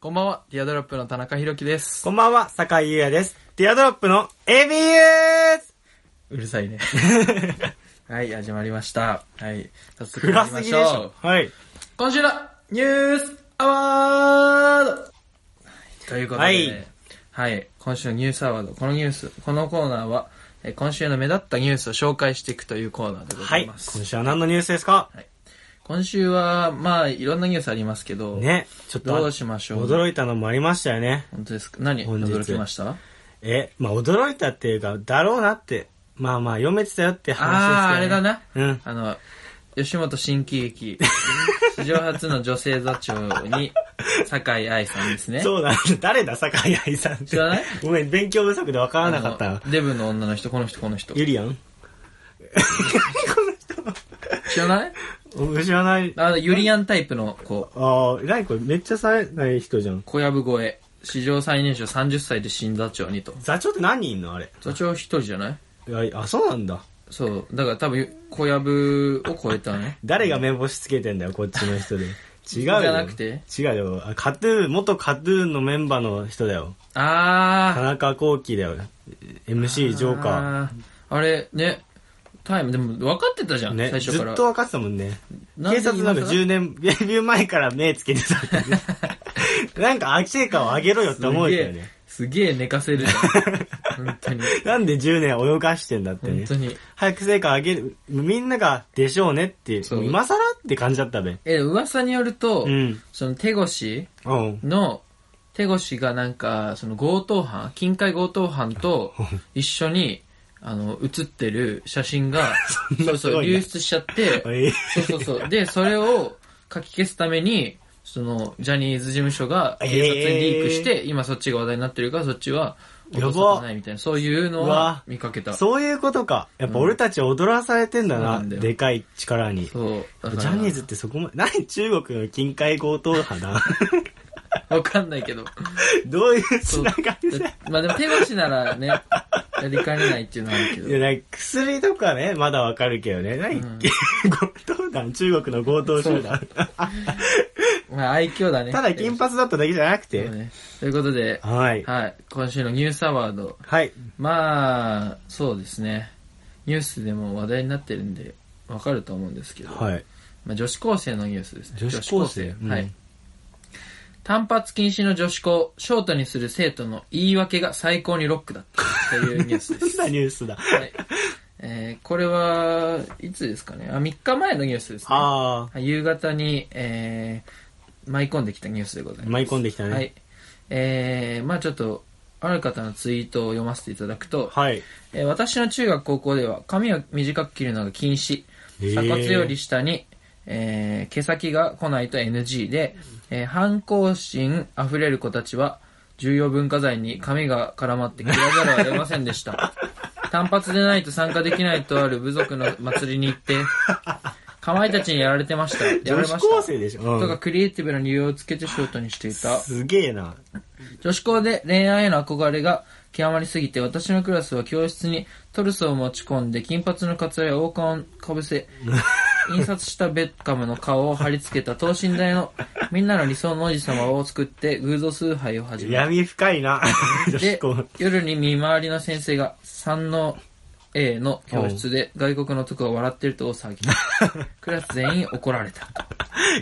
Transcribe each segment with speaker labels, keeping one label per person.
Speaker 1: こんばんは、ディアドロップの田中宏樹です。
Speaker 2: こんばんは、坂井優也です。ディアドロップの ABU!
Speaker 1: うるさ いね。はい、始まりました。はい、早速行
Speaker 2: 暗
Speaker 1: き
Speaker 2: す
Speaker 1: ま
Speaker 2: ぎで
Speaker 1: し
Speaker 2: しょ
Speaker 1: ょう。。
Speaker 2: はい。
Speaker 1: 今週のニュースアワードはいということで、
Speaker 2: はい
Speaker 1: はい、今週のニュースアワード、このニュース、このコーナーは、えー今週の目立ったニュースを紹介していくというコーナーでござ
Speaker 2: はい。
Speaker 1: い
Speaker 2: 今
Speaker 1: ます。
Speaker 2: 週は何のニュースですか
Speaker 1: 今週は、まあ、いろんなニュースありますけど、
Speaker 2: ね、ちょっと。
Speaker 1: どうしましょう
Speaker 2: 驚いたのもありましたよね。
Speaker 1: 本当ですか何
Speaker 2: 本日
Speaker 1: 驚きました
Speaker 2: え、まあ驚いたっていうか、だろうなって。まあまあ、読めてたよって
Speaker 1: ああー、あ
Speaker 2: 話
Speaker 1: れ
Speaker 2: ですけ
Speaker 1: だ
Speaker 2: ど、ね。
Speaker 1: な。
Speaker 2: うん。
Speaker 1: あの、吉本新喜劇、 史上初の女性座長に、酒井愛さんですね。
Speaker 2: そうだ、 誰だ、坂井愛さんって。
Speaker 1: 知らない
Speaker 2: ごめん、勉強不足で分から
Speaker 1: あ
Speaker 2: なか
Speaker 1: の
Speaker 2: った。
Speaker 1: デブの女の人、この人、この人。
Speaker 2: ゆりやん
Speaker 1: 知らない
Speaker 2: 僕知らない。
Speaker 1: あの、ユリアンタイプの子、
Speaker 2: ああ、ライコめっちゃさえない人じゃん。
Speaker 1: 小籔越え。史上最年少30歳で新座長にと。
Speaker 2: 座長って何人いんのあれ。
Speaker 1: 座長一人じゃない
Speaker 2: いやあ、そうなんだ。
Speaker 1: そう。だから多分、小籔を超えたね。
Speaker 2: 誰が目星つけてんだよ、こっちの人で。違うよ。
Speaker 1: じゃなくて
Speaker 2: 違うよ。あカトゥーン、元カトゥーンのメンバーの人だよ。田
Speaker 1: あ
Speaker 2: 中幸喜だよ。MC、
Speaker 1: ー。
Speaker 2: ジョーカ
Speaker 1: あー。あれ、ね、タイム、でも分かってたじゃ
Speaker 2: ー。
Speaker 1: ん、
Speaker 2: ね、
Speaker 1: 最
Speaker 2: ず
Speaker 1: 初から。
Speaker 2: っと分かってたもんね。
Speaker 1: なん
Speaker 2: 警
Speaker 1: で
Speaker 2: 察なんか
Speaker 1: 今更
Speaker 2: 10年、デビュー前から目つけてたってね なんか、成果を上げろよって思うよね。
Speaker 1: すげえすげえ寝かせるじゃ ん。本当に。
Speaker 2: なんで10年泳がしてんだって
Speaker 1: 本
Speaker 2: ね
Speaker 1: 当。に。
Speaker 2: 早く成果上げる、みんなが、でしょうねって、
Speaker 1: そう
Speaker 2: 今更って感じだったべ。
Speaker 1: え、噂によると、
Speaker 2: うん。
Speaker 1: その手越
Speaker 2: うん。
Speaker 1: の、手越がなんか、その強盗犯、近海強盗犯と 一緒に、あの、写ってる写真 が、
Speaker 2: ん
Speaker 1: そ
Speaker 2: な
Speaker 1: う
Speaker 2: す
Speaker 1: そ
Speaker 2: ご
Speaker 1: う、
Speaker 2: いな
Speaker 1: 流出しちゃって、
Speaker 2: え
Speaker 1: そうそう そう。で、それを書き消すために、その、ジャニーズ事務所が警察にリークして、今そっちが話題になってるから、そっちは、落とさないみたいな、そういうの
Speaker 2: う
Speaker 1: は
Speaker 2: わ
Speaker 1: 見かけた。
Speaker 2: そういうことか。やっぱ俺たち踊らされてんだな、
Speaker 1: うん
Speaker 2: でかい力に。ジ
Speaker 1: そう。だから
Speaker 2: ャニーズってそこまで、何中国の近海強盗派 だ
Speaker 1: わかんないけど。
Speaker 2: どういうつ
Speaker 1: そう
Speaker 2: ながりだ
Speaker 1: まあでも手越しならね、やりかねないっていうのはあるけ
Speaker 2: い
Speaker 1: ど。
Speaker 2: や、なんか薬とかね、まだわかるけどね。何、強盗団 中国の強盗集団。
Speaker 1: まあ愛嬌だね。
Speaker 2: ただ金髪だっただけじゃなく
Speaker 1: そ
Speaker 2: て。
Speaker 1: うね。ということで、
Speaker 2: はい。
Speaker 1: はい、今週のニュースアワード。
Speaker 2: はい。
Speaker 1: まあ、そうですね。ニュースでも話題になってるんで、わかると思うんですけど。
Speaker 2: はい。
Speaker 1: まあ、女子高生のニュースですね。
Speaker 2: 女子高生
Speaker 1: 女子は
Speaker 2: う
Speaker 1: い
Speaker 2: ん。
Speaker 1: 単発禁止の女子校、ショートにする生徒の言い訳が最高にロックだったというニュースです。
Speaker 2: どんなニュースだ。
Speaker 1: はい。えーこれは、いつですかねあ、3日前のニュースですね。
Speaker 2: あ
Speaker 1: はい夕方に、えー舞い込んできたニュースでござい
Speaker 2: あ、
Speaker 1: ます。
Speaker 2: 舞い込んできた
Speaker 1: は
Speaker 2: ね。
Speaker 1: い。えーまあちょっと、ある方のツイートを読ませていただくと、
Speaker 2: はい。
Speaker 1: えー私の中学高校では髪を短く切るのが禁止。
Speaker 2: へー
Speaker 1: 鎖骨より下に、えー毛先が来ないと NG で、えー反抗心あふれる子たちは、重要文化財に髪が絡まって切らざるを得ませんでした。 単発でないと参加できないとある部族の祭りに行って、かまいたちにやられてました。やられま
Speaker 2: 女子
Speaker 1: した。
Speaker 2: 高生でしょ。う
Speaker 1: とか
Speaker 2: ん、
Speaker 1: クリエイティブな理由をつけてショートにしていた。
Speaker 2: すげえな。
Speaker 1: 女子校で恋愛への憧れが極まりすぎて、私のクラスは教室にトルスを持ち込んで、金髪のカツラや王冠をかぶ せ、印刷したベッカムの顔を貼り付けた等身大のみんなの理想の王子様を作って偶像崇拝を始め
Speaker 2: 闇深いな。女子
Speaker 1: で
Speaker 2: 高
Speaker 1: 夜に見回りの先生が三の A の教室で外国の男が笑ってると大 騒ぎ。クラス全員怒られた。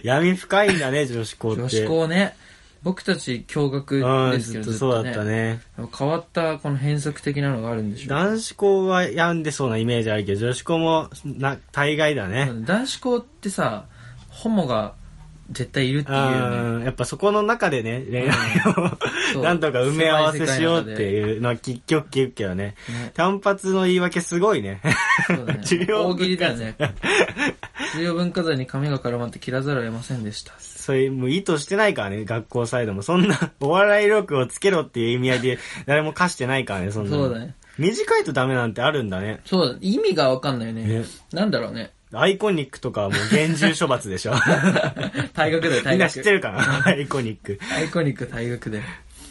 Speaker 2: 闇深いんだね、女子校って。
Speaker 1: 女子校ね、僕たち共学
Speaker 2: う
Speaker 1: で
Speaker 2: ん、
Speaker 1: す
Speaker 2: ず
Speaker 1: け
Speaker 2: っ
Speaker 1: ど、
Speaker 2: とそうだったね。
Speaker 1: 変わったこの変則的なのがあるんでしょう
Speaker 2: 男子校は病んでそうなイメージあるけど、女子校も、な、大概だね。
Speaker 1: 男子校ってさホモが絶対いるっていうよね
Speaker 2: うん、やっぱそこの中でね、恋愛
Speaker 1: そ
Speaker 2: を、
Speaker 1: う
Speaker 2: なんとか埋め合わせしようっていうのは結局聞くけどね。
Speaker 1: ね
Speaker 2: 単発の言い訳すごいね。
Speaker 1: そうだね
Speaker 2: 重要
Speaker 1: 大喜利だよ ね重要文化財に髪が絡まって切らざるを得ませんでした
Speaker 2: それ、もう意図してないからね、学校サイドも。そんな、お笑い力をつけろっていう意味合いで、誰も課してないからね、そんなの。
Speaker 1: そうだね
Speaker 2: 短いとダメなんてあるんだね。
Speaker 1: そうだ意味が分かんないよね
Speaker 2: ね
Speaker 1: なんだろう ね
Speaker 2: アイコニックとかはもう厳重処罰 でしょ。
Speaker 1: 退学だよ
Speaker 2: み
Speaker 1: 退
Speaker 2: んな知って
Speaker 1: 学
Speaker 2: るかなアイコニック。
Speaker 1: アイコニック退学で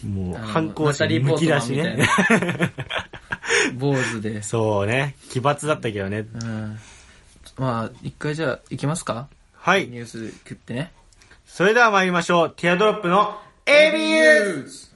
Speaker 2: もう、
Speaker 1: あの
Speaker 2: 反抗心
Speaker 1: ナ
Speaker 2: む
Speaker 1: タリーポート
Speaker 2: き
Speaker 1: マ
Speaker 2: 出
Speaker 1: ン
Speaker 2: し
Speaker 1: みたい
Speaker 2: ね
Speaker 1: な。坊主で
Speaker 2: そうね。奇抜だったけどね。
Speaker 1: うんまあ一回じゃあ行きますか
Speaker 2: は
Speaker 1: ニ
Speaker 2: い。
Speaker 1: ュース食ってね
Speaker 2: それでは参りましょう。ティアドロップのエビュー
Speaker 1: ス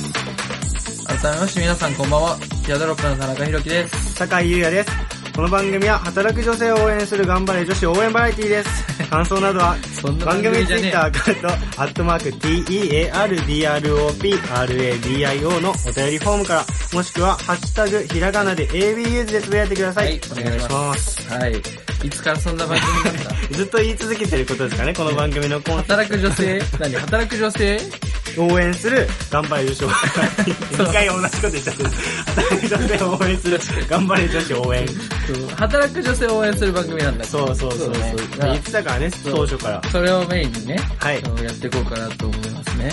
Speaker 1: 改めまして皆さんこんばんは。ティアドロップの田中宏樹です。
Speaker 2: 坂井優也です。この番組は働く女性を応援する頑張れ女子応援バラエティです。感想などは
Speaker 1: そんな番
Speaker 2: 番
Speaker 1: 組
Speaker 2: 組ツ
Speaker 1: じゃ
Speaker 2: イ
Speaker 1: ねえ
Speaker 2: ッターアカウント、アットマーク TEARDROPRADIO のお便りフォームから、もしくはハッシュタグひらがなで ABUS でつぶやいてください。。
Speaker 1: はいお願いしますはい。いつからそんな番組になった
Speaker 2: ずっと言い続けてることですかね、この番組のコンセプ
Speaker 1: 働く女 性何働く女性
Speaker 2: ト。応援する頑張れ女子応援。一回同じこと言っちゃってる。働く女性を応援する頑張れ女子応援。
Speaker 1: 働く女性を応援する番組なんだ
Speaker 2: そうそうそうそう。
Speaker 1: ね
Speaker 2: 言ってたからね、当初から。
Speaker 1: それをメインにね、
Speaker 2: はい
Speaker 1: そうやっていこうかなと思いますね。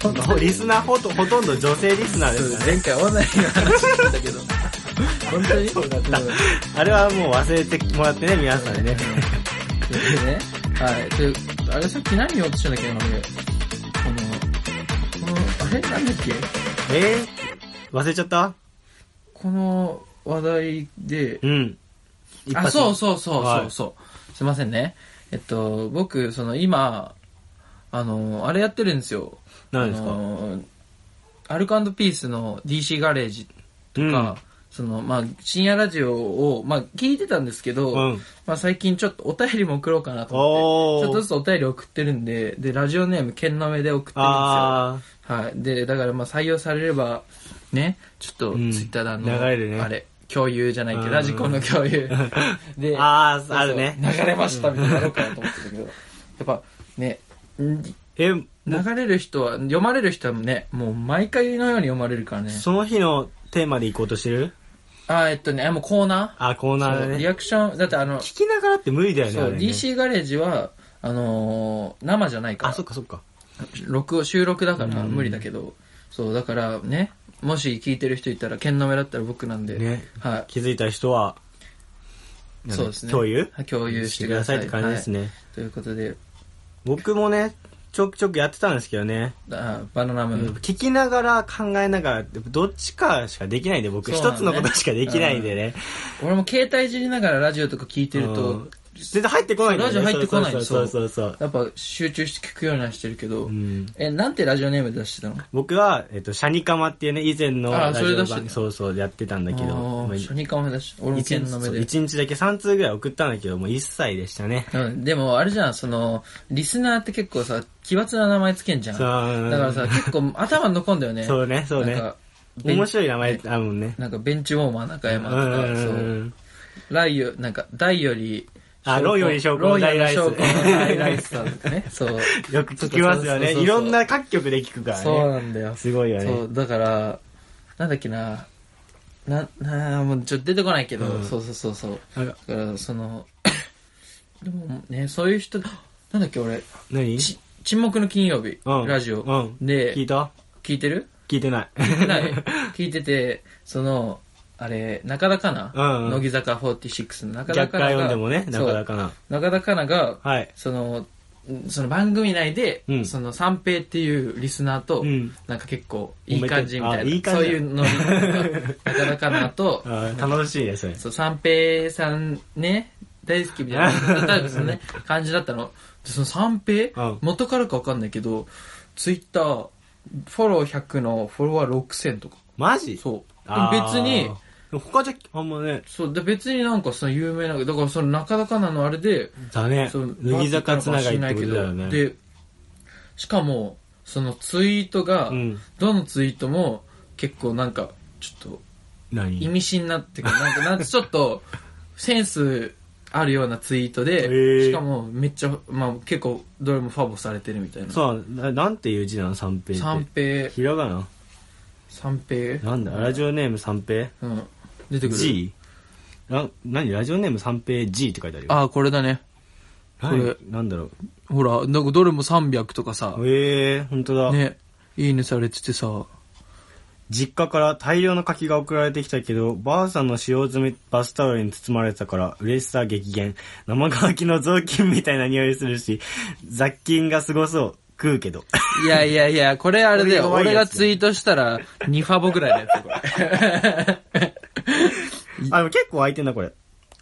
Speaker 2: ほんとリスナーほとほとんど女性リスナーで
Speaker 1: そう
Speaker 2: すからね。
Speaker 1: 前回オナニーの話だったけ ど、本当に
Speaker 2: そうだった
Speaker 1: ん
Speaker 2: あれはもう忘れてもらってね、皆さんね。
Speaker 1: それでね、はい。で、あれさっき何言おうとしたんだっけな、俺。この、この、あれなんだっけ
Speaker 2: えー、忘れちゃった
Speaker 1: この話題で、
Speaker 2: うん。
Speaker 1: あ、そう
Speaker 2: う。
Speaker 1: そうそうそうそう、すいませんね。えっと、僕、その今、あの、あれやってるんですよ。
Speaker 2: 何です
Speaker 1: あ
Speaker 2: か
Speaker 1: のアルコピースの DC ガレージとか、
Speaker 2: うん
Speaker 1: その、まあ、深夜ラジオを、まあ、聞いてたんですけど、
Speaker 2: うん
Speaker 1: まあ、最近ちょっとお便りも送ろうかなと
Speaker 2: お
Speaker 1: 思
Speaker 2: ー
Speaker 1: って、ちょっとずつお便り送ってるんで、で、ラジオネーム、けんなめで送ってるん
Speaker 2: あ
Speaker 1: ですよ。はい。で、だから、まあ、採用されれば、ね、ちょっと、ツ
Speaker 2: う
Speaker 1: イ
Speaker 2: ん
Speaker 1: ッターであの、
Speaker 2: 流れるね
Speaker 1: あれ、共有じゃないけ
Speaker 2: う
Speaker 1: ど、
Speaker 2: ん
Speaker 1: ラジコンの共 有。で、
Speaker 2: あー
Speaker 1: そうそう
Speaker 2: あるね
Speaker 1: 流れました、みたいなのやろうかなと思ってたけど、やっぱ、ね、ん
Speaker 2: ー。え、もう
Speaker 1: 流れる人は、読まれる人はね、もう毎回のように読まれるからね。
Speaker 2: その日のテーマで行こうとしてる
Speaker 1: あ、えっとね、あもうコーナ
Speaker 2: あ、コー
Speaker 1: ー
Speaker 2: ナー
Speaker 1: そ
Speaker 2: だ
Speaker 1: うリ
Speaker 2: ね。
Speaker 1: アクション、だってあの、
Speaker 2: 聞きながらって無理だよね。
Speaker 1: そ
Speaker 2: あ
Speaker 1: う、
Speaker 2: れね
Speaker 1: DC ガレージは、あのー生じゃないか
Speaker 2: あ、
Speaker 1: ら
Speaker 2: そっ、かそっか。
Speaker 1: 録音収録だから無理だけど、そう、だからね、もし聞いてる人いたら、剣の目だったら僕なんで、
Speaker 2: ね
Speaker 1: は
Speaker 2: 気づいた人は、
Speaker 1: い、そうですね。
Speaker 2: 共有
Speaker 1: はい共有してください。
Speaker 2: してくださいって感じですね
Speaker 1: はいということで、
Speaker 2: 僕もね、ちょくちょくやってたんですけどね。
Speaker 1: あバナナムーン、
Speaker 2: 聞きながら考えながら、どっちかしかできないんで、僕、
Speaker 1: そうなん
Speaker 2: 一
Speaker 1: だ
Speaker 2: つ
Speaker 1: ね
Speaker 2: のことしかできないんでね。
Speaker 1: 俺も携帯いじりながらラジオとか聞いてると、
Speaker 2: うん全然入ってこないんだよね
Speaker 1: ラジオ入ってこない
Speaker 2: そうそうそうそうそう。
Speaker 1: やっぱ集中して聞くようにはしてるけど、
Speaker 2: ん
Speaker 1: え、なんてラジオネームで出してたの
Speaker 2: 僕は、えっと、シャニカマっていうね、以前の
Speaker 1: あ
Speaker 2: ラジ
Speaker 1: それ
Speaker 2: オ
Speaker 1: 出して
Speaker 2: 番
Speaker 1: た
Speaker 2: そうそう、やってたんだけど、
Speaker 1: あ
Speaker 2: まあ
Speaker 1: ー
Speaker 2: 一
Speaker 1: 初日かも出して、俺も
Speaker 2: 日
Speaker 1: 剣の目
Speaker 2: そう
Speaker 1: で。
Speaker 2: 一日だけ3通ぐらい送ったんだけど、もう一切でしたね。
Speaker 1: うん、でもあれじゃん、その、リスナーって結構さ、奇抜な名前つけんじゃん。
Speaker 2: そ
Speaker 1: だ
Speaker 2: う
Speaker 1: からさ、結構頭残んだよね。
Speaker 2: そうね、そう
Speaker 1: なん
Speaker 2: ね。
Speaker 1: か、ベン
Speaker 2: 面白い名前あるもんね。
Speaker 1: なんかベンチウォーマー中
Speaker 2: う
Speaker 1: 山
Speaker 2: ん
Speaker 1: と
Speaker 2: う
Speaker 1: か、
Speaker 2: ん
Speaker 1: そうう。
Speaker 2: ん。
Speaker 1: ライよ、なんか、大より、
Speaker 2: あローより証拠の
Speaker 1: ローより証拠
Speaker 2: 大ライス
Speaker 1: の大ライスさんとかね。 そう。
Speaker 2: よく聞きますよ
Speaker 1: そうそ
Speaker 2: ね。
Speaker 1: うそうそう
Speaker 2: いろんな各局で聞くから
Speaker 1: そう
Speaker 2: ね。
Speaker 1: なんだよ。
Speaker 2: すごいよね
Speaker 1: そう、だから、なんだっけな、な、なもうちょっと出てこないけど、
Speaker 2: うん
Speaker 1: そうそうそうそう。
Speaker 2: なんか
Speaker 1: だから、その、 でもね、そういう人、なんだっけ俺、
Speaker 2: 何
Speaker 1: ち沈黙の金曜日、
Speaker 2: うん
Speaker 1: ラジオ、
Speaker 2: うん
Speaker 1: で
Speaker 2: 聞いた
Speaker 1: 聞いて る
Speaker 2: 聞いてない。
Speaker 1: 聞いてない聞いてて、その、あれ、中田かな、
Speaker 2: うんうん
Speaker 1: 乃木坂46の中田
Speaker 2: 逆
Speaker 1: か
Speaker 2: から
Speaker 1: な
Speaker 2: 読
Speaker 1: が、
Speaker 2: んでもね、な
Speaker 1: そ
Speaker 2: か
Speaker 1: う
Speaker 2: なかな。
Speaker 1: 中田かなが、
Speaker 2: はい。
Speaker 1: その、んその番組内で、
Speaker 2: うん
Speaker 1: その三平っていうリスナーと、
Speaker 2: うん
Speaker 1: なんか結構いい感じみた
Speaker 2: あ
Speaker 1: いな、
Speaker 2: いい感じ
Speaker 1: そういうのなかなかな と、
Speaker 2: あー楽しいですね。
Speaker 1: そう、三平さんね、大好きみたいな、タイプその ね、感じだったの。でその三平、
Speaker 2: うん
Speaker 1: 元からかわかんないけど、ツイッター、フォロー100のフォロワー6000とか。
Speaker 2: マジ
Speaker 1: そう。
Speaker 2: あー
Speaker 1: 別に、。
Speaker 2: 他じゃ、あんまね、
Speaker 1: そう、で別になんかその有名な、だからその中田かなのあれで、
Speaker 2: だね
Speaker 1: そう。
Speaker 2: 乃木坂つながりってことだよね。
Speaker 1: で、しかも、そのツイートが、
Speaker 2: うん。
Speaker 1: どのツイートも結構なんか、ちょっと意
Speaker 2: 何
Speaker 1: 味深なっていうか、なんか、なんかちょっとセンスあるようなツイートで、
Speaker 2: へー
Speaker 1: しかもめっちゃ、まあ結構どれもファボされてるみたいな。
Speaker 2: そう、ななんていう字なの三平って。
Speaker 1: 三平、
Speaker 2: ひらがな
Speaker 1: 三平。
Speaker 2: なんだラジオネーム三平
Speaker 1: うん。出てくる。
Speaker 2: ?G? な、何ラジオネーム三平 G って書いてあるよ。
Speaker 1: ああ、これだね。
Speaker 2: あ
Speaker 1: これ
Speaker 2: なんだろ
Speaker 1: ほら、なんかどれも300とかさ、
Speaker 2: う。ええー、ほんとだ。
Speaker 1: ね、いいねされててさ、
Speaker 2: 実家から大量の柿が送られてきたけど、ばあさんの使用済みバスタオルに包まれてたから、嬉しさ激減。生乾きの雑巾みたいな匂いするし、雑菌がすごそう。食うけど。
Speaker 1: いやいやいや、これあれだよ。
Speaker 2: こ
Speaker 1: 俺
Speaker 2: れ弱いや
Speaker 1: が
Speaker 2: つ
Speaker 1: ツイートしたら、2ファボぐらいのやつこ れ。
Speaker 2: あ、でも結構空いてんな、これ。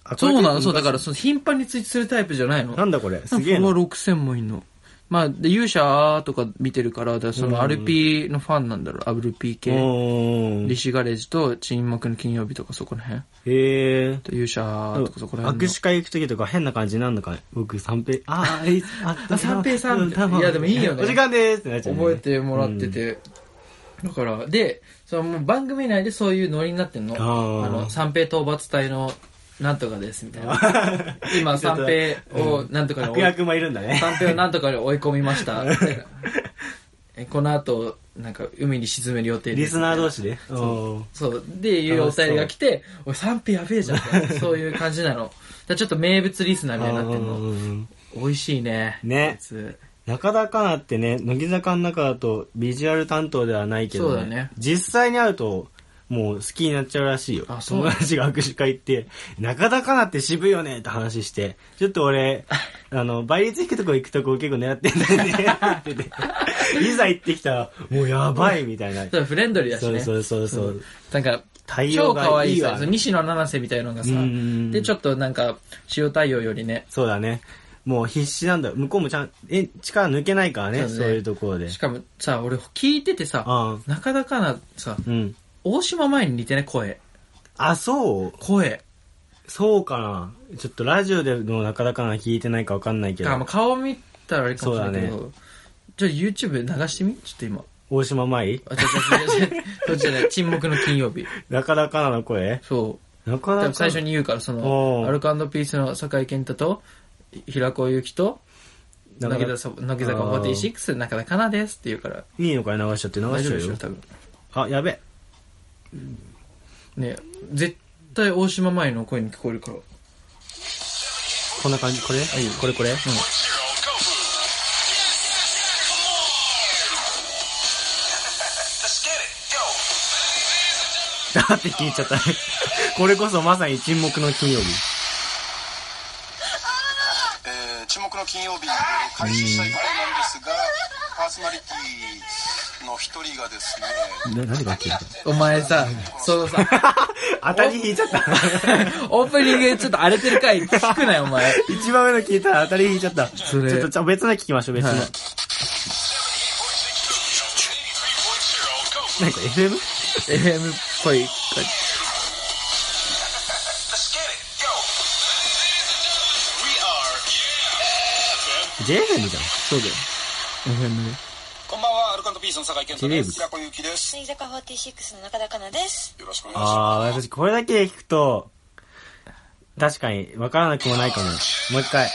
Speaker 2: あ
Speaker 1: そうなの、そう。だ
Speaker 2: ら
Speaker 1: から、その頻繁にツイートするタイプじゃないの。
Speaker 2: なんだこれすげえ
Speaker 1: フォ
Speaker 2: な。
Speaker 1: ロワー6000もいんの。まあ、で、勇者とか見てるから、だからその RP のファンなんだろう、RP 系。
Speaker 2: お
Speaker 1: リ
Speaker 2: ー。
Speaker 1: シガレージと沈黙の金曜日とかそこら辺。
Speaker 2: へえ。
Speaker 1: と勇者とかそこら辺の。
Speaker 2: 握手会行くときとか変な感じになんのかね僕、三平、あー、えいあ、
Speaker 1: あ三平さん
Speaker 2: う多分
Speaker 1: いやでもいいよね
Speaker 2: お時間ですってなっちゃうね
Speaker 1: 覚えてもらってて、だからでそのもう番組内でそういうノリになってんの
Speaker 2: あー
Speaker 1: あの三平討伐隊のなんとかですみたいな 今三平をなんとかに追
Speaker 2: 悪
Speaker 1: い、
Speaker 2: 役もいるんだ ね。
Speaker 1: 三平をなんとかに追い込みま した みたいなえこの後なんか海に沈める予定
Speaker 2: リ
Speaker 1: です
Speaker 2: スナー同士で。おー
Speaker 1: そうでいうお便りが来て「おい三平やべえじ ゃん」そういう感じなのだからちょっと名物リスナーみたいになってんの
Speaker 2: うん
Speaker 1: 美味しいねこ
Speaker 2: ね
Speaker 1: いつ
Speaker 2: 中田香奈ってね、乃木坂の中だとビジュアル担当ではないけど、
Speaker 1: そうだね
Speaker 2: 実際に会うと、もう好きになっちゃうらしいよ。
Speaker 1: あそう
Speaker 2: 友達が握手会行って、中田香奈って渋いよねって話して、ちょっと 俺、あの、倍率引くとこ行くとこ結構狙ってんだよねって言って、いざ行ってきたら、もうやばいみたいな。
Speaker 1: ただフレンドリーだし
Speaker 2: そう
Speaker 1: ね
Speaker 2: そうそうそう。
Speaker 1: なんか、
Speaker 2: 対
Speaker 1: 超
Speaker 2: 応
Speaker 1: 可
Speaker 2: が
Speaker 1: 愛
Speaker 2: い
Speaker 1: い
Speaker 2: い
Speaker 1: さ
Speaker 2: わ、。
Speaker 1: 西野七瀬みたいなのがさ
Speaker 2: うんうんうん、
Speaker 1: で、ちょっとなんか、塩対応よりね、
Speaker 2: そうだね。もう必死なんだ。向こうもちゃん、え、力抜けないからね、
Speaker 1: そ
Speaker 2: そうう
Speaker 1: だね
Speaker 2: いうところで。
Speaker 1: しかもさ、俺聞いててさ、
Speaker 2: あ
Speaker 1: なかなかなさ、
Speaker 2: あ、うん。
Speaker 1: 大島前に似てない声。
Speaker 2: あ、そう
Speaker 1: 声。
Speaker 2: そうかな。ちょっとラジオでの中田かな聞いてないかわかんないけ
Speaker 1: あま
Speaker 2: ど
Speaker 1: あ、顔見たらあれかもしれないけ
Speaker 2: そう
Speaker 1: ど、ちょ、YouTube 流してみちょっと今。
Speaker 2: 大島舞
Speaker 1: あ、ちょ、ちょ、ちょ、ちょ、ちょちょ、 沈黙の金曜日。
Speaker 2: 中田かなの声
Speaker 1: そう。
Speaker 2: 中
Speaker 1: 多
Speaker 2: 田
Speaker 1: 分最初
Speaker 2: に。
Speaker 1: に言うから、その、
Speaker 2: おう
Speaker 1: アルカピースの酒井健太と、平子ゆきと、
Speaker 2: 中
Speaker 1: 乃
Speaker 2: 田
Speaker 1: 木坂乃木坂46、中田かなですって言うから、
Speaker 2: いいのかよ流しちゃって、流
Speaker 1: 大
Speaker 2: し
Speaker 1: 丈夫で
Speaker 2: ちゃう
Speaker 1: しょ、
Speaker 2: よ。
Speaker 1: 多分。
Speaker 2: あ、やべ。
Speaker 1: ね絶対大島麻衣の声に聞こえるから。
Speaker 2: こんな感じ、こ れこれこれうん。だって聞いちゃったね。 これこそまさに沈黙の金曜日。
Speaker 3: えー、沈黙の金曜日開始したいところなんです が、パーソナリティの一人がですね、
Speaker 2: な、何が聞いた
Speaker 1: お前さ、そのさ、
Speaker 2: 当たり引いちゃった。
Speaker 1: オープニングちょっと荒れてる回聞くなよ、お前。
Speaker 2: 一番上の聞いたら当たり引いちゃった。ち
Speaker 1: それ
Speaker 2: ょっと、じゃあ別の聞きましょう、別の。
Speaker 1: はい
Speaker 2: なんか FM?
Speaker 1: FM っぽい。
Speaker 2: JFM じゃん。
Speaker 1: そうだよ。FM で。
Speaker 3: こんばんは、アルカンドピースの酒井健太です。平子ゆきです。
Speaker 4: 乃木坂46の中田香奈です。
Speaker 3: よろしくお願いしま
Speaker 2: ああ、私これだけ聞くと、確かに分からなくもないかも。もう一回。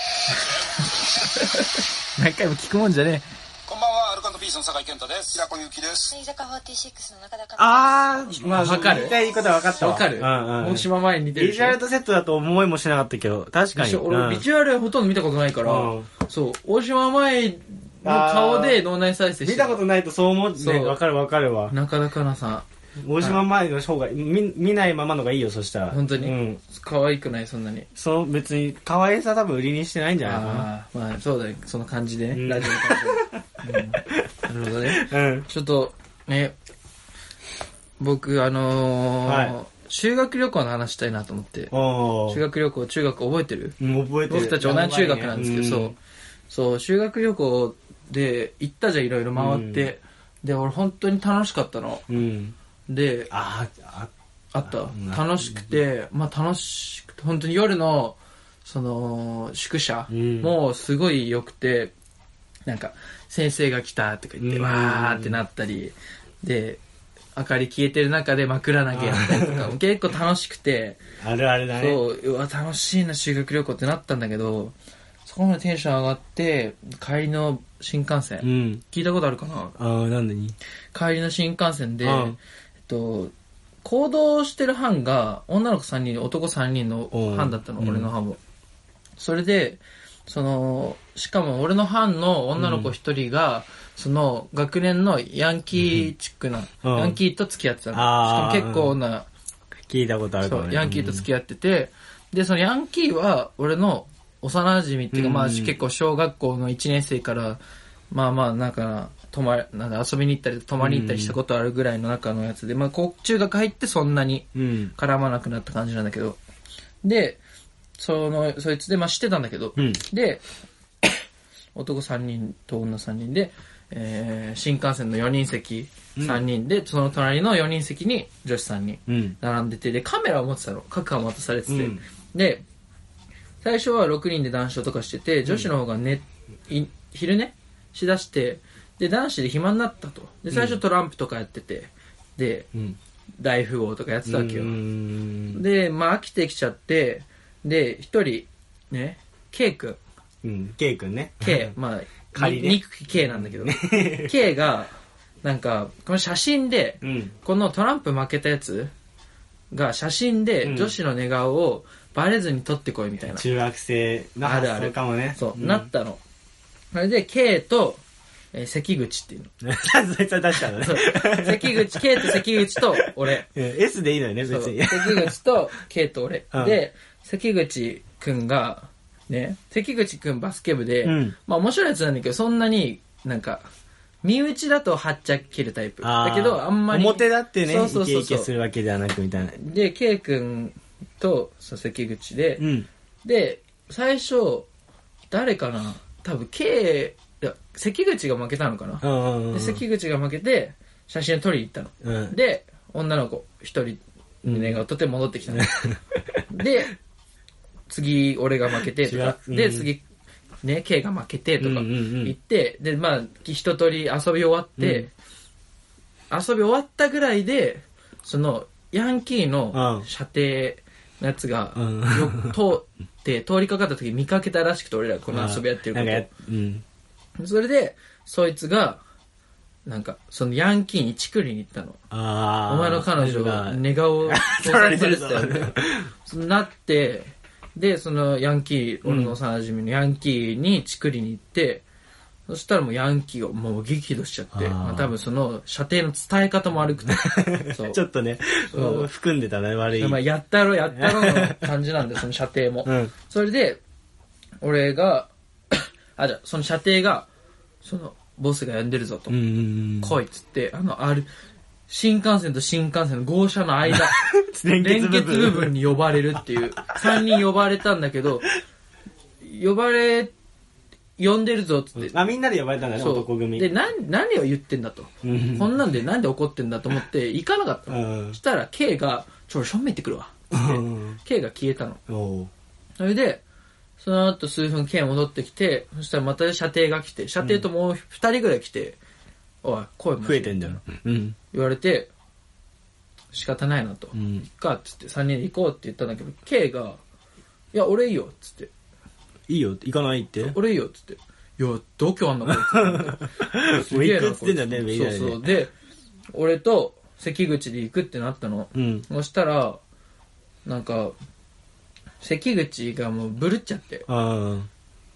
Speaker 1: 何回も聞くもんじゃね
Speaker 3: す。こんばんは、アルカンドピースの酒井健太です。平子ゆきです。
Speaker 4: 乃木坂46の中田香奈
Speaker 2: ああ、まあ、
Speaker 1: わかる
Speaker 2: 言いたいことは分かっ
Speaker 1: え。
Speaker 2: たわ。
Speaker 1: わかる
Speaker 2: うんうん。
Speaker 1: 大島麻衣に似てる
Speaker 2: ビ
Speaker 1: で
Speaker 2: ジ
Speaker 1: し
Speaker 2: ュ
Speaker 1: ょ
Speaker 2: アルとセットだと思いもしなかったけど、確
Speaker 1: で
Speaker 2: かに。
Speaker 1: しょ俺、ビジュアルほとんど見たことないから
Speaker 2: うん、
Speaker 1: そう、大島麻衣の顔で脳内再生
Speaker 2: うん
Speaker 1: して
Speaker 2: 見たことないとそう思う
Speaker 1: そう
Speaker 2: ね。分かる分かるわ。
Speaker 1: 中田香奈さ
Speaker 2: 大島前の方が、見見ないままのがいいよ、そしたら。
Speaker 1: ん、本当に、
Speaker 2: うん。
Speaker 1: 可愛くない、そんなに。
Speaker 2: その別に、可愛さ多分売りにしてないんじゃないか
Speaker 1: ああ、まあ、そうだよ、その感じでね、
Speaker 2: うん
Speaker 1: ラジオの 感じで。うんなるほどね。
Speaker 2: な。うん。
Speaker 1: ちょっと、ね、僕、あのー
Speaker 2: はい
Speaker 1: 修学旅行の話したいなと思って。
Speaker 2: お
Speaker 1: 修
Speaker 2: ー。
Speaker 1: 学旅行、中学覚えてる
Speaker 2: うん覚えてる。
Speaker 1: 僕たち同じ中学なんですけど、
Speaker 2: う
Speaker 1: そう。そう、修学旅行で行ったじゃん、いろいろ回って。で、俺本当に楽しかったの。
Speaker 2: うん。
Speaker 1: で、
Speaker 2: あーあ、
Speaker 1: あった
Speaker 2: ん。
Speaker 1: 楽しくて、まあ楽しくて、本当に夜の、その、宿舎
Speaker 2: うん
Speaker 1: もすごい良くて、なんか、先生が来たとか言って、
Speaker 2: うん
Speaker 1: わーってなったり、で、明かり消えてる中で枕投げやったりとか、結構楽しくて、
Speaker 2: あるあるだね。
Speaker 1: そう、うわ、楽しいな、修学旅行ってなったんだけど、そこまでテンション上がって、帰りの新幹線、
Speaker 2: うん。
Speaker 1: 聞いたことあるかな
Speaker 2: ああ、なんでに
Speaker 1: 帰りの新幹線で、
Speaker 2: うん
Speaker 1: えっと、行動してる班が女の子3人、男3人の班だったの、
Speaker 2: うん
Speaker 1: 俺の班も。それで、その、しかも俺の班の女の子1人が、その学年のヤンキーチックな、
Speaker 2: うん
Speaker 1: ヤンキーと付き合ってたの。し
Speaker 2: あー
Speaker 1: かも結構な、
Speaker 2: 聞いたことあるか
Speaker 1: そう、
Speaker 2: も、ね。
Speaker 1: ヤンキーと付き合ってて、で、そのヤンキーは、俺の幼馴染っていうか、
Speaker 2: うん
Speaker 1: まあ、結構小学校の1年生から、まあまあ、なんか、泊ま、なんか遊びに行ったり、泊まりに行ったりしたことあるぐらいの中のやつで、まあ、こう中学入ってそんなに
Speaker 2: うん。うん。
Speaker 1: 絡まなくなった感じなんだけど、で、その、そいつで、まあ、知ってたんだけど、
Speaker 2: うん
Speaker 1: で、 男3人と女3人で、えー新幹線の4人席3人で、その隣の4人席に女子3人。
Speaker 2: うん。
Speaker 1: 並んでてでカメラを持ってたの各班渡されてて、
Speaker 2: うん
Speaker 1: で最初は6人で談笑とかしてて女子の方が寝、い昼寝しだしてで男子で暇になったとで最初トランプとかやっててで
Speaker 2: うん。
Speaker 1: 大富豪とかやってたわけよ、
Speaker 2: うん。
Speaker 1: でまあ飽きてきちゃってで一人ね K 君
Speaker 2: うん。ケイ君ね。
Speaker 1: K まあ
Speaker 2: 仮ね
Speaker 1: 憎き K なんだけど K がなんかこの写真で、
Speaker 2: うん。
Speaker 1: このトランプ負けたやつが写真
Speaker 2: う
Speaker 1: で
Speaker 2: ん
Speaker 1: 女子の寝顔をバレずに撮ってこいみたいな。
Speaker 2: 中学生の
Speaker 1: あ
Speaker 2: 発
Speaker 1: るあ
Speaker 2: 想
Speaker 1: る。
Speaker 2: かもね。
Speaker 1: そう、
Speaker 2: ん
Speaker 1: なったの。それで、K と、えー関口っていうの。
Speaker 2: そいつは出したのね
Speaker 1: そう。関口、K と関口と俺。
Speaker 2: え S でいいのよね、
Speaker 1: そう
Speaker 2: 別に。
Speaker 1: 関口と K と俺
Speaker 2: うん。
Speaker 1: で、関口くんが、ね、関口くんバスケ部で、
Speaker 2: うん
Speaker 1: まあ面白いやつなんだけど、そんなになんか、身内だとはっちゃけるタイプ。
Speaker 2: あー
Speaker 1: だけど、あんまり。
Speaker 2: 表だってね、
Speaker 1: そうそうそうそう
Speaker 2: イケイケするわけではなくみたいな。
Speaker 1: で、K 君とそう関口で、
Speaker 2: うん。
Speaker 1: で、最初、誰かな多分 K、いや関口が負けたのかな、
Speaker 2: うんうんうん
Speaker 1: で
Speaker 2: うん。
Speaker 1: 関口が負けて、写真を撮りに行ったの。
Speaker 2: うん
Speaker 1: で、女の子、一人、胸が撮って戻ってきたの。 で、次、俺が負けて、と
Speaker 2: 違う
Speaker 1: か、
Speaker 2: うん
Speaker 1: で、次、ね、K が負けて、とか、
Speaker 2: うんうんうん
Speaker 1: 行って、で、まあ、一通り遊び終わって、
Speaker 2: うん
Speaker 1: 遊び終わったぐらいで、その、ヤンキーの
Speaker 2: うん
Speaker 1: 射程のやつが、
Speaker 2: うん
Speaker 1: よ通って、通りかかった時見かけたらしくて、俺らこの遊びやってる
Speaker 2: なんか
Speaker 1: こ
Speaker 2: や、うん。
Speaker 1: と。それで、そいつが、なんか、そのヤンキーにチクりに行ったの。
Speaker 2: ああ。
Speaker 1: お前の彼女が寝顔 を盗
Speaker 2: 撮られて
Speaker 1: され
Speaker 2: る
Speaker 1: て
Speaker 2: ぞ
Speaker 1: たよね。そうなって、で、そのヤンキー、俺の幼馴染のヤンキーにチクりに行って、そしたらもうヤンキーをもう激怒しちゃって、
Speaker 2: あー
Speaker 1: まあ、多分その射程の伝え方も悪く て、そう
Speaker 2: ちょっとね、
Speaker 1: そう
Speaker 2: 含んでたね、悪い。
Speaker 1: まあ、やったろやったろの感じなんで、その射程も。
Speaker 2: うん。
Speaker 1: それで、俺が、 あ、じゃあその射程が、その、ボスが呼んでるぞと。
Speaker 2: うんうんうん。
Speaker 1: 来いっつって、あの、ある、新幹線と新幹線の号車の間、
Speaker 2: 連結
Speaker 1: 連
Speaker 2: 部
Speaker 1: 結
Speaker 2: 分
Speaker 1: 部分に呼ばれるっていう、3人呼ばれたんだけど、呼ばれ、呼んでるぞっつって、
Speaker 2: あ、みんなで呼ばれたんだね、
Speaker 1: そう
Speaker 2: 男組。
Speaker 1: で、な、何を言ってんだと。
Speaker 2: うん
Speaker 1: こんなんでなんで怒ってんだと思って、行かなかったの。
Speaker 2: うん
Speaker 1: そしたら、K が、ちょ、俺正面行ってくるわ。つって
Speaker 2: うん、
Speaker 1: K が消えたの。
Speaker 2: おう
Speaker 1: それで、その後数分 K 戻ってきて、そしたらまた射程が来て、射程ともう2人ぐらい来て、おい、声も
Speaker 2: 増えてんだよ。うん。
Speaker 1: 言われて、仕方ないなと。
Speaker 2: うん
Speaker 1: いっか、つって3人で行こうって言ったんだけど、K が、いや、俺いいよ、つって。
Speaker 2: いいよ、行かないって。
Speaker 1: 俺いいよ、つって。いや、度胸あんなこいつ。すげえな、
Speaker 2: もう行くっつってんだね
Speaker 1: こい
Speaker 2: みん
Speaker 1: つ
Speaker 2: なでね
Speaker 1: そうそう。で、俺と関口で行くってなったの。
Speaker 2: うん。
Speaker 1: そしたら、なんか、関口がもうブルっちゃって、
Speaker 2: あ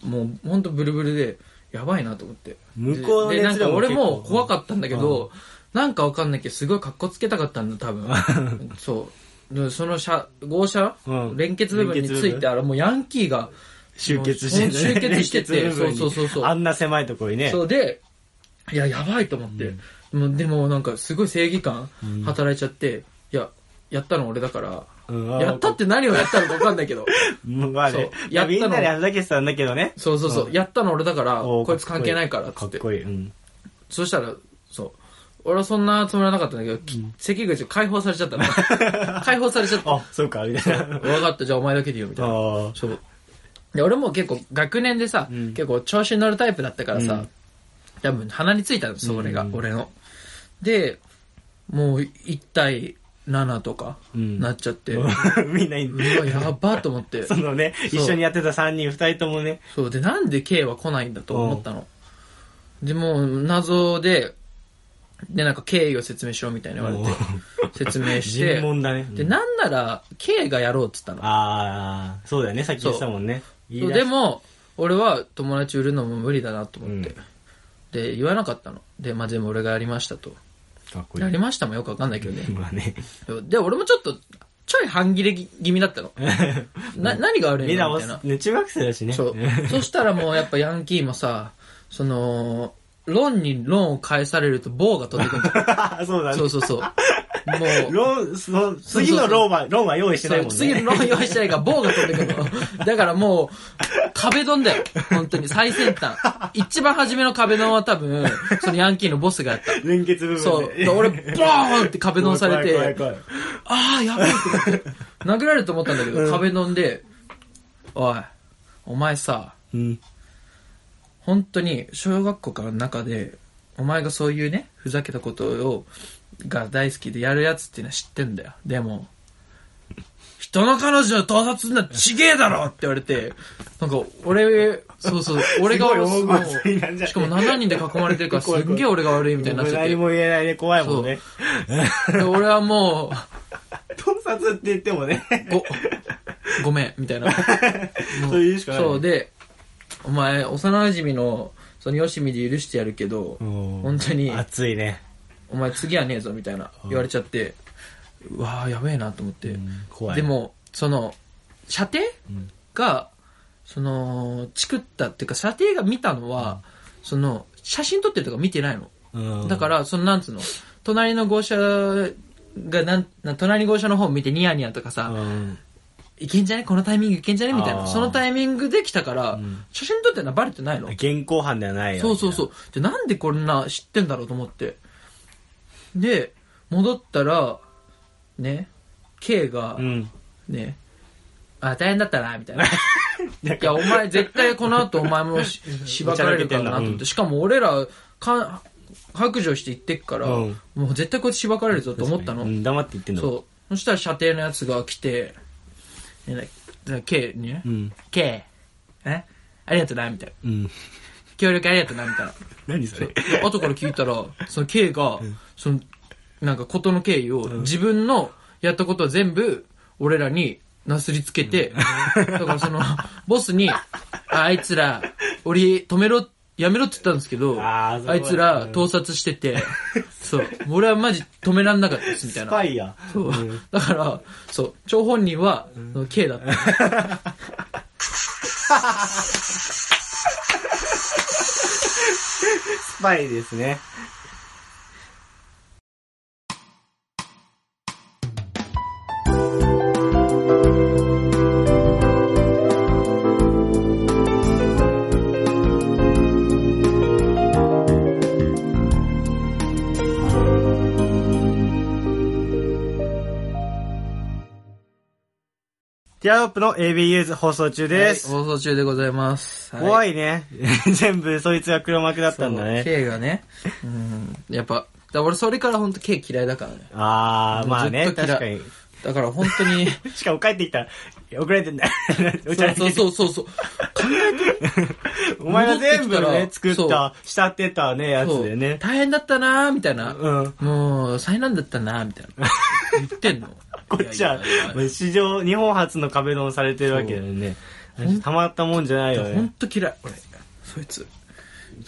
Speaker 2: あ。
Speaker 1: もうほんとブルブルで、やばいなと思って。
Speaker 2: 向こうの
Speaker 1: で、でなん
Speaker 2: 熱量
Speaker 1: か
Speaker 2: も
Speaker 1: 俺
Speaker 2: 結構
Speaker 1: も怖かったんだけど、なんかわかんないけど、すごい格好つけたかったんだ、多 分。そう。でその車、号車、
Speaker 2: うん
Speaker 1: 連結部分につ
Speaker 2: 連
Speaker 1: い
Speaker 2: 結部
Speaker 1: て、
Speaker 2: 分
Speaker 1: あれもうヤンキーが、
Speaker 2: 集結して
Speaker 1: そう集結してて
Speaker 2: 連結部分に
Speaker 1: そうそうそうそう
Speaker 2: あんな狭いところにね。
Speaker 1: そうで、いや、やばいと思って。もうでもなんかすごい正義感働いちゃって、いや、やったの俺だから、
Speaker 2: うん
Speaker 1: やったって何をやったのかわかんないけ ど。
Speaker 2: まあね
Speaker 1: そう。
Speaker 2: いや
Speaker 1: やったの
Speaker 2: みんなでふざけてたんだけどね。
Speaker 1: そうそうそう、やったの俺だから、
Speaker 2: おう
Speaker 1: こいつ関係ないから、つ
Speaker 2: か
Speaker 1: っ。
Speaker 2: ってこいい。うん。
Speaker 1: そしたら、そう。俺はそんなつもりはなかったんだけど、き関口が解放されちゃったの。 解放されちゃった。
Speaker 2: あ、そうか、みたいな。
Speaker 1: 分かった、じゃあお前だけでいいよ、みたいな。
Speaker 2: ああ。
Speaker 1: そう。で、俺も結構学年でさ、
Speaker 2: ん
Speaker 1: 結構調子に乗るタイプだったからさ、
Speaker 2: うん
Speaker 1: 多分鼻についたんですよ、俺が、俺の。で、もう1対7とか、
Speaker 2: ん
Speaker 1: なっちゃ って、う
Speaker 2: みんなに、
Speaker 1: わ、やばと思って。
Speaker 2: そのね、
Speaker 1: そう
Speaker 2: 一緒にやってた3人、2人ともね。
Speaker 1: そうでなんで K は来ないんだと思ったの、でもう謎ででなんか経緯を説明しろみたいに言われて 説明し
Speaker 2: 尋
Speaker 1: て
Speaker 2: 問だね。
Speaker 1: でなんなら K がやろうっつったの
Speaker 2: ああ、そうだよね、さっき言ってたもんね。いい
Speaker 1: そう
Speaker 2: ら
Speaker 1: でも俺は友達売るのも無理だなと思って、って言わなかったの。で、まあ、全部俺がやりましたと。
Speaker 2: かっこいい
Speaker 1: やり。ましたもよくわかんないけどね。
Speaker 2: まあ ね。
Speaker 1: で、俺もちょっと、ちょい半切れ気味だった の。な、何が悪い
Speaker 2: みんな
Speaker 1: の
Speaker 2: も
Speaker 1: みたいな、。
Speaker 2: ね、中学生だしね。
Speaker 1: そう。そしたらもうやっぱヤンキーもさ、その、論に論を返されると棒が飛んでくる。
Speaker 2: そうだね。
Speaker 1: そうそうそう。もう、
Speaker 2: ローン、その、次のローマ、ローマ用意してないもんね。
Speaker 1: そう次の論用意してないから棒が飛んでくるの。だからもう、壁ドンだよ。本当に、最先端。一番初めの壁ドンは多分、そのヤンキーのボスがやった。
Speaker 2: 連結部分で。
Speaker 1: そう。で俺、ボ ーンって壁ドンされて、
Speaker 2: 怖い怖い怖い
Speaker 1: ああ、やばいと思って。殴られると思ったんだけど、壁飲んで、おい、お前さ、
Speaker 2: うん。
Speaker 1: 本当に小学校からの中で、お前がそういうね、ふざけたことを、が大好きでやるやつっていうのは知ってんだよ。でも、人の彼女を盗撮するのはちげえだろって言われて、なんか、俺、そう そう、俺が
Speaker 2: すごい
Speaker 1: そう
Speaker 2: 大声になっちゃって
Speaker 1: しかも7人で囲まれてるから、す
Speaker 2: 怖い怖い
Speaker 1: んげえ俺が悪いみたいになっちゃって
Speaker 2: 何。 も言えないね、怖いもんね。
Speaker 1: で俺はもう、
Speaker 2: 盗撮って言ってもね。
Speaker 1: ご、ごめん、みたいな。
Speaker 2: そういうしかない
Speaker 1: そう、で、お前、幼馴染の、その、よしみで許してやるけど、本当に、
Speaker 2: 熱いね。
Speaker 1: お前次はねえぞ、みたいな、言われちゃって、うわぁ、やべえなと思って。
Speaker 2: 怖い。、
Speaker 1: で、も、その、射程が、その、チクったっていうか、射程が見たのは、その、写真撮ってるとか見てないの。だからら、その、なんつうの、隣の号車が、なん、な隣号車の方見てニヤニヤとかさ、
Speaker 2: うん
Speaker 1: いけんじゃねこのタイミングいけんじゃねみたい
Speaker 2: あ
Speaker 1: な。
Speaker 2: ー
Speaker 1: そのタイミングで来たから、写真撮ってるのはバレてないの。
Speaker 2: 現行犯ではないよ。
Speaker 1: そうそうそう。じゃあなんでこんな知ってんだろうと思って。で、戻ったら、ね、K が
Speaker 2: う、ん。
Speaker 1: ね、あ、大変だったな、みたい な。いや、お前絶対この後お前もししばかれるからなと思っ
Speaker 2: う
Speaker 1: て。
Speaker 2: ん
Speaker 1: しかも俺ら、か白状して行ってっから、
Speaker 2: うん
Speaker 1: もう絶対こいつしばかれるぞと思ったの。
Speaker 2: うん黙って言ってんだもん
Speaker 1: そう。そしたら射程のやつが来て、ね、な K にね、
Speaker 2: ん
Speaker 1: K、ね、ありがとうな、みたいな。
Speaker 2: うん。
Speaker 1: 協力ありがとうな、みたいな。
Speaker 2: 何それ
Speaker 1: で後から聞いたら、その K が、その、なんか事の経緯を、自分のやったことは全部、俺らになすりつけて、 だからその、ボスに、ああいつら、俺止めろ、やめろって言ったんですけど、
Speaker 2: あー
Speaker 1: あ
Speaker 2: すごい
Speaker 1: いつら盗撮してて、そう、俺はマジ止めらんなかったです、みたい
Speaker 2: ス
Speaker 1: な。
Speaker 2: パイや。
Speaker 1: そう。だから、そう、張本人は、その K だった。
Speaker 2: スパイですね。ティアドロップの ABUs 放送中です。
Speaker 1: はい放送中でございます。はい
Speaker 2: 怖いね。全部そいつが黒幕だったんだね。
Speaker 1: K がね。うん。やっぱ、だから俺それから本当 K 嫌いだからね。
Speaker 2: あー、まあね、
Speaker 1: ずっと嫌
Speaker 2: 確かに。
Speaker 1: だから本当 に、
Speaker 2: しかも帰ってきたら、遅れて んだ。お茶
Speaker 1: そうそうそうそう。
Speaker 2: お前が全部
Speaker 1: 戻
Speaker 2: ね
Speaker 1: っ、て
Speaker 2: 作
Speaker 1: き
Speaker 2: った
Speaker 1: ら
Speaker 2: た、慕ってたね、やつ
Speaker 1: そう
Speaker 2: でね。
Speaker 1: 大変だったなーみたいな。
Speaker 2: うん
Speaker 1: もう、災難だったなーみたいな。言ってんの。
Speaker 2: こっちはい
Speaker 1: やいやいや、
Speaker 2: 史上、日本初の壁ドンされてるわけだよね。たまったもんじゃないよ
Speaker 1: ほん
Speaker 2: ね。
Speaker 1: と嫌い、俺。そいつ。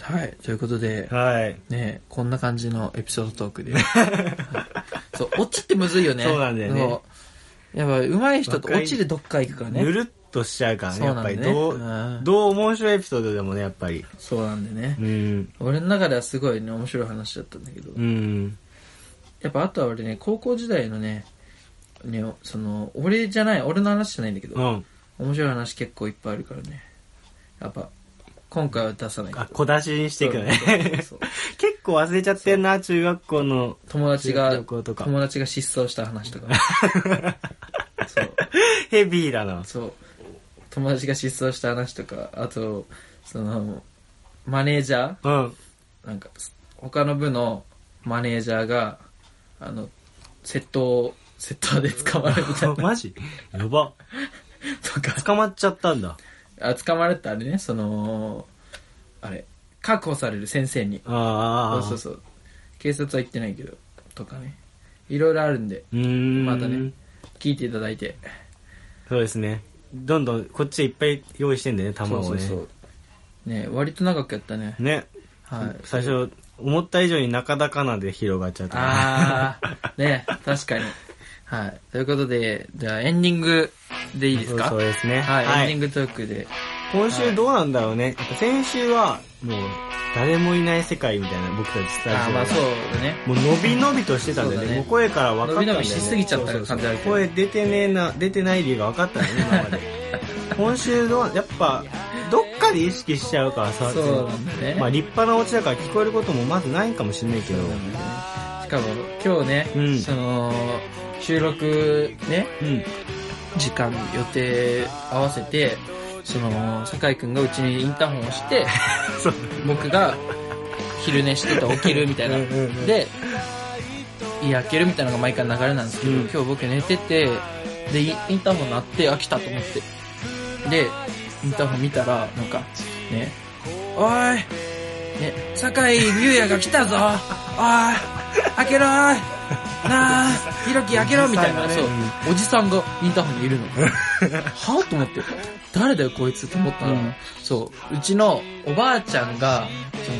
Speaker 1: はい。ということで、
Speaker 2: はい。
Speaker 1: ねこんな感じのエピソードトーク で。はいそう、オチってむずいよね。
Speaker 2: そうなんだよね
Speaker 1: そう。やっぱ、上手い人とオチでどっか行くから
Speaker 2: ぬ
Speaker 1: ね。
Speaker 2: るっとしちゃうからね、
Speaker 1: そう
Speaker 2: や
Speaker 1: な
Speaker 2: っ
Speaker 1: ん
Speaker 2: ぱ
Speaker 1: だ
Speaker 2: り。
Speaker 1: ね
Speaker 2: ど
Speaker 1: う、
Speaker 2: うんどう面白いエピソードでもね、やっぱり。
Speaker 1: そうなんでね
Speaker 2: う。ん。
Speaker 1: 俺の中ではすごいね、面白い話だったんだけど。
Speaker 2: うん。
Speaker 1: やっぱ、あとは俺ね、高校時代のね、ね、その、俺じゃない、俺の話じゃないんだけど
Speaker 2: う、ん。
Speaker 1: 面白い話結構いっぱいあるからね。やっぱ、今回は出さない。
Speaker 2: あ、小出しにしていくの
Speaker 1: そう
Speaker 2: ね。
Speaker 1: そうそう
Speaker 2: 結構忘れちゃってんな、中学校の。
Speaker 1: 友達が、
Speaker 2: 旅行とか
Speaker 1: 友達が失踪した話と か。そう。
Speaker 2: ヘビーだな。
Speaker 1: そう友達が失踪した話とかあとそのマネージャ
Speaker 2: うん。
Speaker 1: ーなんか他の部のマネージャーがあの窃盗窃盗で捕まるみたいな
Speaker 2: マジやば。
Speaker 1: とか
Speaker 2: 捕まっちゃったんだ。
Speaker 1: あ捕まるってあれねそのあれ確保される先生に
Speaker 2: あ
Speaker 1: そう
Speaker 2: あ。
Speaker 1: そうそう警察は行ってないけどとかねいろいろあるんで
Speaker 2: うーん。
Speaker 1: またね。聞いていただいて
Speaker 2: そうですね。どんどん、こっちいっぱい用意してんだよね、
Speaker 1: そう
Speaker 2: 卵を
Speaker 1: そう
Speaker 2: ね。
Speaker 1: そうね割と長くやったね
Speaker 2: ね。
Speaker 1: はい。
Speaker 2: 最初、思った以上に中田かなで広がっちゃった。
Speaker 1: あー、 ね、確かに。はい。ということで、じゃあエンディングでいいですか
Speaker 2: そうですね。
Speaker 1: はい、エンディングトークで。
Speaker 2: 今週どうなんだろうね。なんか先週は、もう、誰もいない世界みたいな、僕たちスタジオ
Speaker 1: あー、
Speaker 2: が
Speaker 1: まあそうだね。
Speaker 2: もう伸び伸びとしてたんだよ
Speaker 1: そうだ
Speaker 2: ね。
Speaker 1: ね
Speaker 2: もう声から分かったんだよ
Speaker 1: 伸
Speaker 2: ね。
Speaker 1: び伸びしすぎちゃった
Speaker 2: そうそうそう
Speaker 1: 感じあるけど
Speaker 2: 声出てねえ な、出てない理由が分かったんだよね、今まで。今週の、やっぱ、どっかで意識しちゃうからさ、
Speaker 1: そうなんだね
Speaker 2: まあ立派なオチだから聞こえることもまずないかもしれないけど。
Speaker 1: しかも今日ね、
Speaker 2: うん
Speaker 1: その、収録ね、
Speaker 2: うん。
Speaker 1: 時間予定合わせてその酒井君がうちにインターホンをして
Speaker 2: そう。
Speaker 1: 僕が昼寝してて起きるみたいな
Speaker 2: うんうんうん
Speaker 1: で家開けるみたいなのが毎回流れなんですけど、
Speaker 2: うん
Speaker 1: 今日僕寝ててでイインターホン鳴って飽きたと思ってでインターホン見たらなんかね「おい、ね、酒井優也が来たぞおい開けろーいなあひろき開けろ」みたいな
Speaker 2: おじ
Speaker 1: そ
Speaker 2: さん
Speaker 1: う
Speaker 2: がね
Speaker 1: おじさんがインターホンにい るのはぁと思って誰だよこいつと思ったら、
Speaker 2: うん
Speaker 1: そううちのおばあちゃんがそ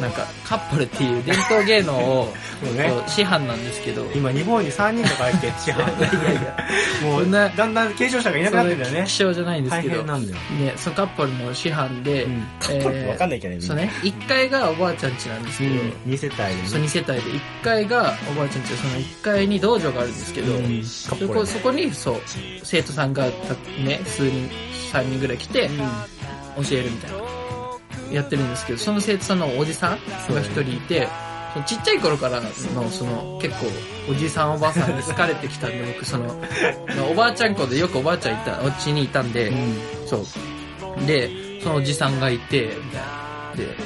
Speaker 1: のなんかカッパルっていう伝統芸能を
Speaker 2: そうね
Speaker 1: そう師範なんですけど
Speaker 2: 今日本に3人とか入って、違う。も
Speaker 1: そん
Speaker 2: う、
Speaker 1: な
Speaker 2: だんだん継承者がいなくなってんだよね
Speaker 1: 希。少じゃないんです
Speaker 2: 大
Speaker 1: けど
Speaker 2: 変なんだよ。
Speaker 1: ね、そのカッパルの師範で、
Speaker 2: うんカッパルってわかんないけどねみんな
Speaker 1: そうね1階がおばあちゃん家なんです
Speaker 2: う
Speaker 1: けど、
Speaker 2: ん。2
Speaker 1: そ
Speaker 2: 世帯で
Speaker 1: う
Speaker 2: ね。
Speaker 1: 2世帯で1階がおばあちゃん家でその1階に道場があるんですけど、
Speaker 2: うん
Speaker 1: そこそこにそう生徒さんがたね数人3人ぐらい来て、教えるみたいなやってるんですけどその生徒さんのおじさんが一人いてそのちっちゃい頃からのその結構おじさんおばあさんに好かれてきたんで僕そ のおばあちゃん子でよくおばあちゃんいたお家にいたんで、
Speaker 2: うん。
Speaker 1: そうでそのおじさんがいてみたいなで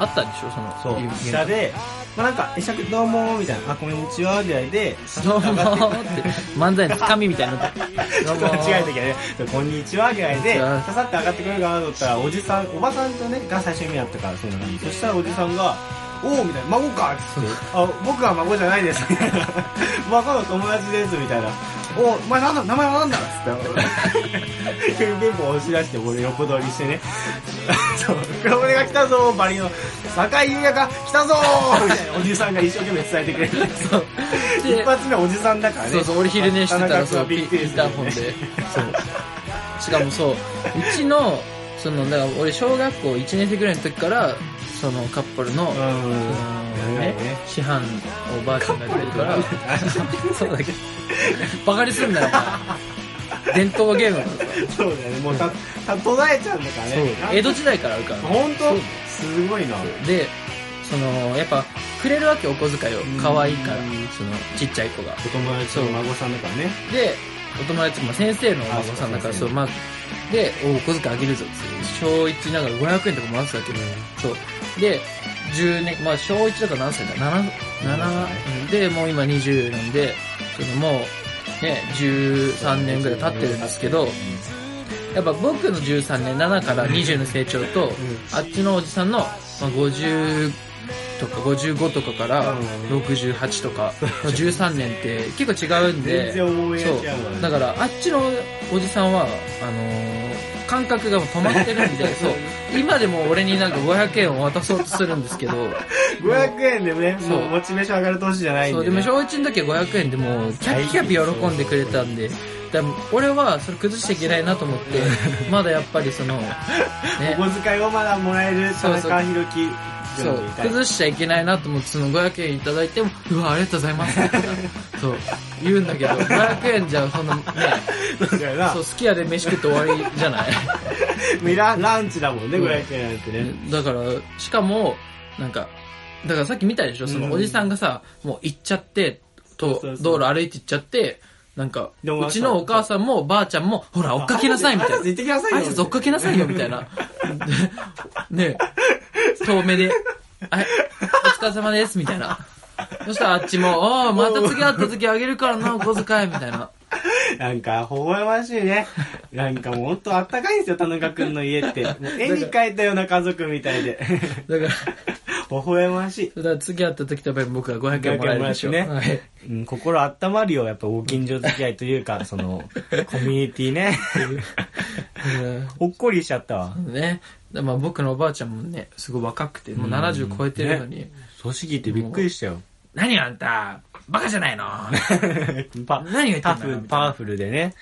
Speaker 1: あったんでしょその
Speaker 2: そう
Speaker 1: イベン、ト
Speaker 2: 下で、まあなんか、会釈どうもーみたいな、あ、こんにちはーぐらいで、
Speaker 1: どうもーって漫才のつかみみたいになって
Speaker 2: ちょっと間違えた時はね、こんにちはぐらいで、
Speaker 1: こんにちは
Speaker 2: ささって上がってくるかなと思ったら、おじさん、おばさんとね、が最初に見合ったから、そうなのそしたらおじさんが、おおみたいな、孫 かって言って、あ、僕は孫じゃないです、みたいな。孫の友達です、みたいな。おお前なんだ、名前はなんだっつって、文法を押し出して、俺横取りしてね、 そう、黒船が来たぞーバリの、酒井優也が来たぞーみたいなおじさんが一生懸命伝えてくれる。そう。
Speaker 1: で
Speaker 2: 一発目おじさんだからね。
Speaker 1: そうそう、俺昼寝してたら、そう、ピ
Speaker 2: ピ
Speaker 1: ン
Speaker 2: ッ
Speaker 1: タ
Speaker 2: て
Speaker 1: ーホンで。そう。しかもそう、うちの、その、だから俺、小学校1年生ぐらいの時から、そのカップルの、
Speaker 2: う
Speaker 1: そ
Speaker 2: ん
Speaker 1: の
Speaker 2: 偉
Speaker 1: ね
Speaker 2: いね、
Speaker 1: 師範のおばあちゃんが出てるから、そうだけど、バカにすんなよ、お前伝統ゲームなんだから。
Speaker 2: そうだよねもうたた途絶えちゃうんだからね
Speaker 1: 江戸時代からあるからね。
Speaker 2: 本
Speaker 1: そう
Speaker 2: 当すごいな
Speaker 1: で、その、やっぱ、くれるわけ、お小遣いを
Speaker 2: うん。
Speaker 1: 可愛いから、その、ちっちゃい子が。
Speaker 2: お友達の孫さんだからね
Speaker 1: で、お友達も先生のお孫さんだから、
Speaker 2: あ
Speaker 1: そ、
Speaker 2: そうう
Speaker 1: まあ、で、お小遣いあげるぞっつって、小1ながら500円とかもらってたわけど、そう。で、10年、まあ、小1だから何歳だ ?7、7、うんで、もう今20なんで、そのもう、ね、13年ぐらい経ってるんですけど、やっぱ僕の13年、7から20の成長と、あっちのおじさんの、まあ、50とか55とかから
Speaker 2: うん
Speaker 1: 68とかの13年 って結構違うんで、
Speaker 2: 全然思い出
Speaker 1: そう
Speaker 2: 違うわね
Speaker 1: だからあっちのおじさんはあのー感覚がもう止まってるんで そう今でも俺になんか500円を渡そうとするんです けど
Speaker 2: 500円でね
Speaker 1: そう
Speaker 2: もうモチベーション上がる年じゃないん
Speaker 1: そう
Speaker 2: で
Speaker 1: でも
Speaker 2: ね
Speaker 1: 小1の時は500円でもうキャピキャピ喜んでくれたん でだから俺はそれ崩しちゃいけないなと思ってまだやっぱりその、ね、
Speaker 2: お小遣いをまだもらえる田
Speaker 1: そうそう
Speaker 2: 中宏樹
Speaker 1: そ
Speaker 2: 君
Speaker 1: う
Speaker 2: でいたい
Speaker 1: 崩しちゃいけないなと思ってその500円いただいてもうわありがとうござい ますそう言うんだけど500円じゃそ んなね
Speaker 2: そうだよな
Speaker 1: そう好きやで飯食って終わりじゃない
Speaker 2: ミラランチだもんね
Speaker 1: うん
Speaker 2: 500円なんてね
Speaker 1: だから、しかも、なんか、だからさっき見たでしょそのおじさんがさ、もう行っちゃって、と
Speaker 2: そうそう、そ
Speaker 1: 道
Speaker 2: う
Speaker 1: 路歩いて行っちゃって、なんか、
Speaker 2: でも
Speaker 1: うちのお母さんもばあちゃんも、ほら、追っかけなさい、みたい
Speaker 2: 行ってきなさい
Speaker 1: な。
Speaker 2: よ
Speaker 1: 挨拶追っかけなさいよ、みたい な。ね遠目で、はい、お疲れ様です、みたいな。そしたらあっちも、おーまた次会った時あげるからな、お小遣い、みたいな。
Speaker 2: なんか、微笑ましい ね。なんかもうほんとあったかいんですよ、田中くんの家って。もう絵に描いたような家族みたい で。
Speaker 1: だから、
Speaker 2: 微笑ましい。
Speaker 1: だから次会った時とやっぱり僕は500円もらえるでしょ。
Speaker 2: 500円もら
Speaker 1: は
Speaker 2: えるし
Speaker 1: い
Speaker 2: うん、心温まるよ、やっぱご近所付き合いという か、その、コミュニティね。
Speaker 1: うん
Speaker 2: ほっこりしちゃったわ。
Speaker 1: ね。でまあ僕のおばあちゃんもね、すごい若くて、もう70超えてるのに、
Speaker 2: 組織ってびっくりしたよ。
Speaker 1: 何あんた、バカじゃないの
Speaker 2: パ
Speaker 1: 何が言ってんだ
Speaker 2: パフパワフルでね。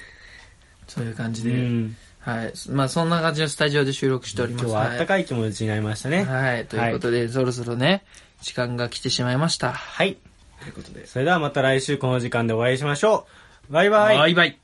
Speaker 1: そういう感じ
Speaker 2: う
Speaker 1: で、
Speaker 2: ん。
Speaker 1: はい。まあそんな感じのスタジオで収録しておりま
Speaker 2: 今
Speaker 1: す。
Speaker 2: 日はあったかい気持ちになりましたね。
Speaker 1: はい。はい。ということで、そろそろね、時間が来てしまいました。
Speaker 2: はい。
Speaker 1: ということで。
Speaker 2: それではまた来週この時間でお会いしましょう。バイバイ。
Speaker 1: バイバイ。